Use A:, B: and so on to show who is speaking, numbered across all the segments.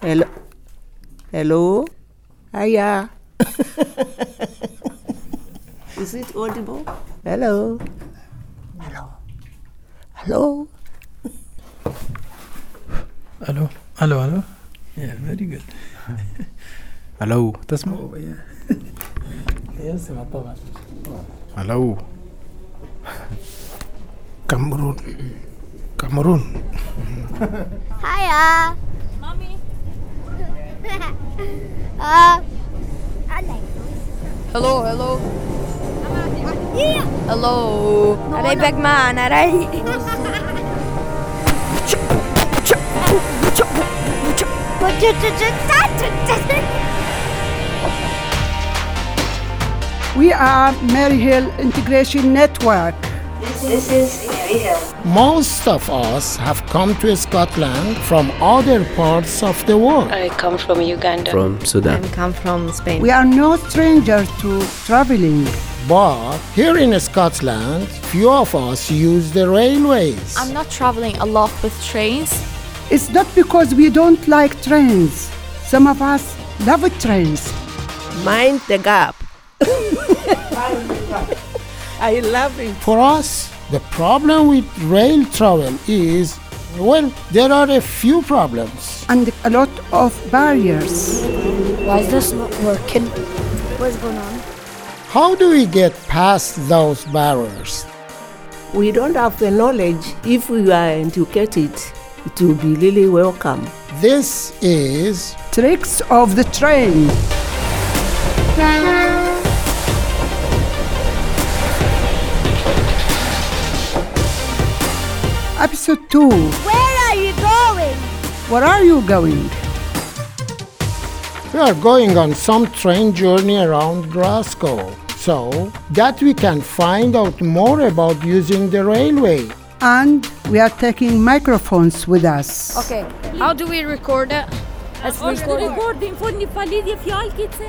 A: Hello. Hello. Hiya. Is it audible? Hello. Hello. Hello.
B: Hello, hello, hello. Yeah, very good. hello, تسمع؟ يسمع طبعا.
C: Hello. Cameroon. Cameroon.
D: Hiya. Mommy. uh, I like
E: Hello, hello.
D: Yeah.
E: Hello. Are they big man? Are they?
D: But ju- ju- ju- that- ju- ju-
F: We are Mary Hill Integration Network.
C: Most of us have come to Scotland from other parts of the world.
G: I come from Uganda.
H: from Sudan.
E: I come from Spain.
F: We are no strangers to traveling.
C: But here in Scotland, few of us use the railways.
I: I'm not traveling a lot with trains.
F: It's not because we don't like trains. Some of us love trains.
A: Mind the gap. I love it.
C: For us, the problem with rail travel is well, there are a few problems.
F: and a lot of barriers.
D: Why is this not working? What's going on?
C: How do we get past those barriers?
A: We don't have the knowledge. If we are educated, it will be really welcome.
C: This is
F: Tricks of the train. Episode 2
D: Where are you going?
F: Where are you going?
C: we are going on some train journey around Glasgow so that we can find out more about using the railway.
F: And we are taking microphones with us.
E: Okay. How do we record it? Let's record it.
J: I didn't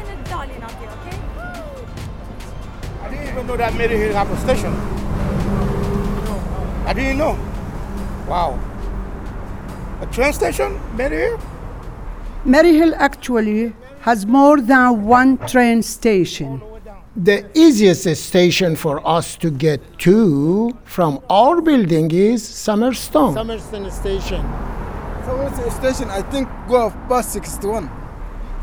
J: even know that Mary Hill have a station. I didn't know. Wow. A train station, Mary Hill?
F: Maryhill actually has more than one train station.
C: The easiest station for us to get to from our building is Summerstone. Summerstone Station.
J: Somewhere station, I think go off bus 61.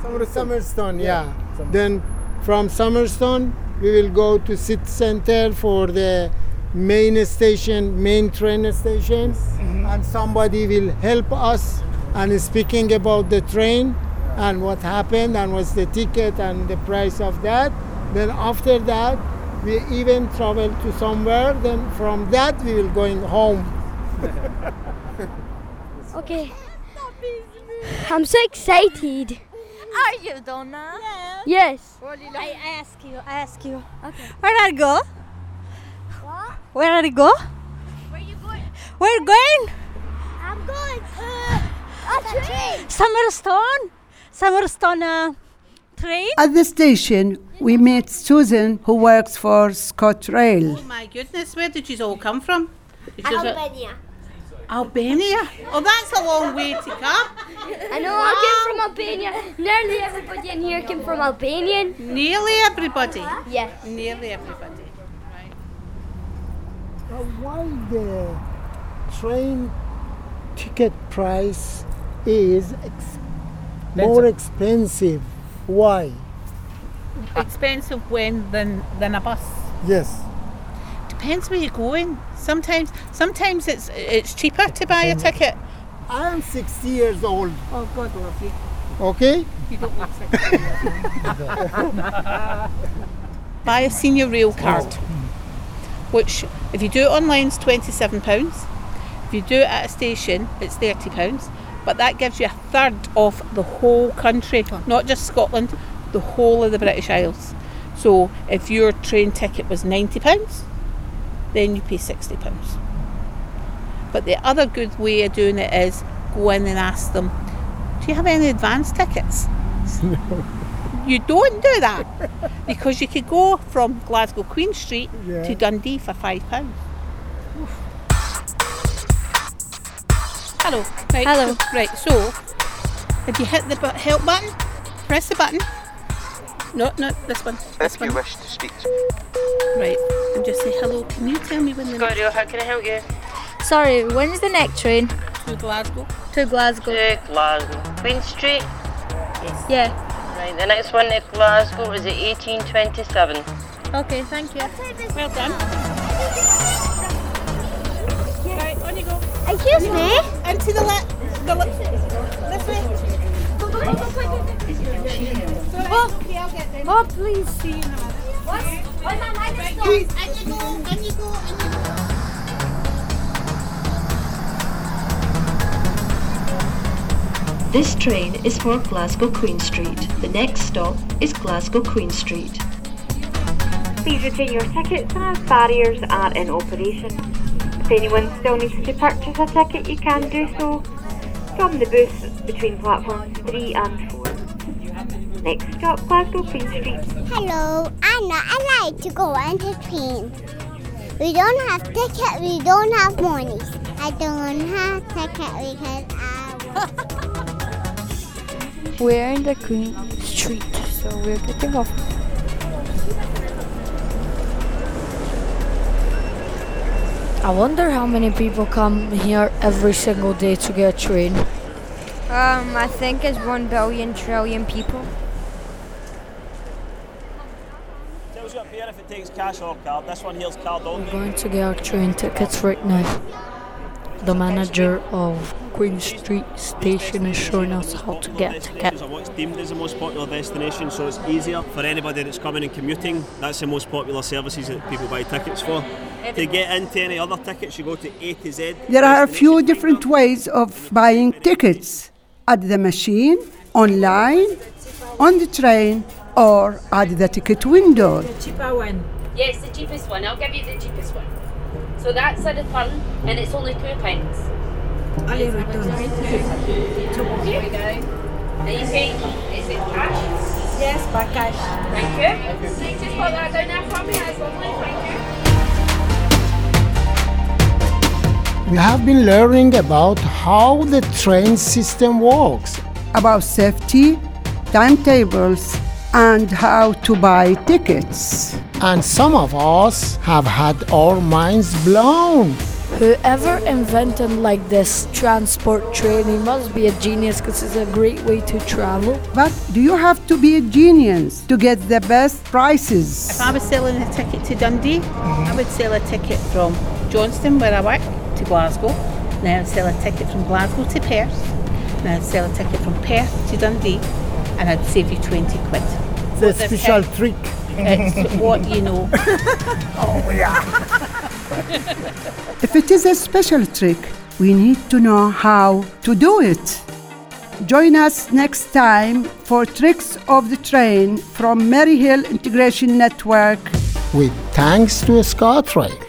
C: Summerstone, yeah. Then from Summerstone, we will go to City Center for the main station, main train station, and somebody will help us and speaking about the train and what happened and what's the ticket and the price of that. Then after that, we even travel to somewhere. Then from that, we will going home.
D: Okay. I'm so excited.
I: Are you, Donna?
D: Yes.
I: I ask you, I ask you.
E: Where are you go? Where are you go?
D: Where are you going?
E: We're going
D: I'm going. Uh, a train.
E: Summerstone. Summerstone uh, train.
F: At the station, we met Susan, who works for ScotRail.
A: My goodness, where did you all come from?
D: Albania.
A: Albania? Oh, that's a long way to come.
D: I know I came from Albania. Nearly everybody in here came from Albania.
A: Nearly everybody.
D: Yeah.
A: Nearly everybody.
C: Why the train ticket price is ex- more expensive? Why?
A: Expensive when than than a bus.
C: Yes.
A: Depends where you're going. Sometimes sometimes it's it's cheaper to buy a ticket.
C: I am 60 years old,
A: Oh God love you.
C: okay?
A: You don't look Buy a senior rail card. Which if you do it online is twenty seven pounds. If you do it at a station it's thirty pounds. But that gives you a third of the whole country, not just Scotland, the whole of the British Isles. So if your train ticket was ninety pounds, then you pay sixty pounds. But the other good way of doing it is go in and ask them, Do you have any advance tickets? you don't do that because you could go from Glasgow Queen Street to Dundee for five pounds. Hello. Right,
E: Hello.
A: So, right, so If you hit the bu- help button, press the button. No, no, this one. This
G: If you
A: one.
G: wish to speak to
A: Right. And just say hello. Can you tell me when the next
H: how can I help you?
I: Sorry, when's the next train?
A: to Glasgow?
I: To Glasgow.
H: To Glasgow. Queen Street?
I: Yeah.
H: Right, the next one to Glasgow is at 1827.
I: Okay, thank you.
A: Well done. Right, on you go.
D: Excuse me?
A: Into the left. The le- This way.
D: Oh,
A: Okay, I'll get there.
D: oh please.
A: See you in a minute.
D: What? Why my light is
A: Please.
D: on? And you go, and you go, and you go.
K: This train is for Glasgow Queen Street. The next stop is Glasgow Queen Street.
L: Please retain your tickets as barriers are in operation. If anyone still needs to purchase a ticket, you can do so from the booth between platforms 3 and 4. Next stop, Glasgow Queen Street.
M: Hello, I'm not allowed to go on the train. We don't have ticket, we don't have money. I don't have ticket because I
N: We're in the Queen Street, so we're getting off.
O: I wonder how many people come here every single day to get a train.
P: Um, I think it's one billion trillion people.
Q: Tells you up here if it takes cash or card. This one here's card
O: We're
Q: only.
O: going to get our train tickets right now. The manager of Queen Street Station is showing us how to get a ticket.
Q: Destinations are what's deemed as the most popular destination, so it's easier for anybody that's coming and commuting. That's the most popular services that people buy tickets for. To get into any other tickets, you go to A to Z.
F: There are a few different ways of buying tickets at the machine, online, on the train, or at the ticket window.
R: cheaper one. Yes, the cheapest one. I'll give you the cheapest one. So that's a return, and it's only two pounds. Ali returns. There we go. Are you paying? Is it cash? Yes, by cash. Thank you. Can you just put that down there for me? That's lovely. Thank you.
C: We have been learning about how the train system works.
F: About safety, timetables, and how to buy tickets.
C: And some of us have had our minds blown.
O: Whoever invented like this transport train, he must be a genius because it's a great way to travel.
F: But do you have to be a genius to get the best prices?
A: If I was selling a ticket to Dundee, I would sell a ticket from Johnston, where I work, to Glasgow. Now I'd sell a ticket from Glasgow to Perth. Now I'd sell a ticket from Perth to Dundee, and I'd save you 20 quid.
C: The
A: What they've
C: special
A: kept-
C: trick.
A: It's what you know. oh, yeah.
F: If it is a special trick, we need to know how to do it. Join us next time for Tricks of the Train from Maryhill Integration Network.
C: With thanks to SkyTrain.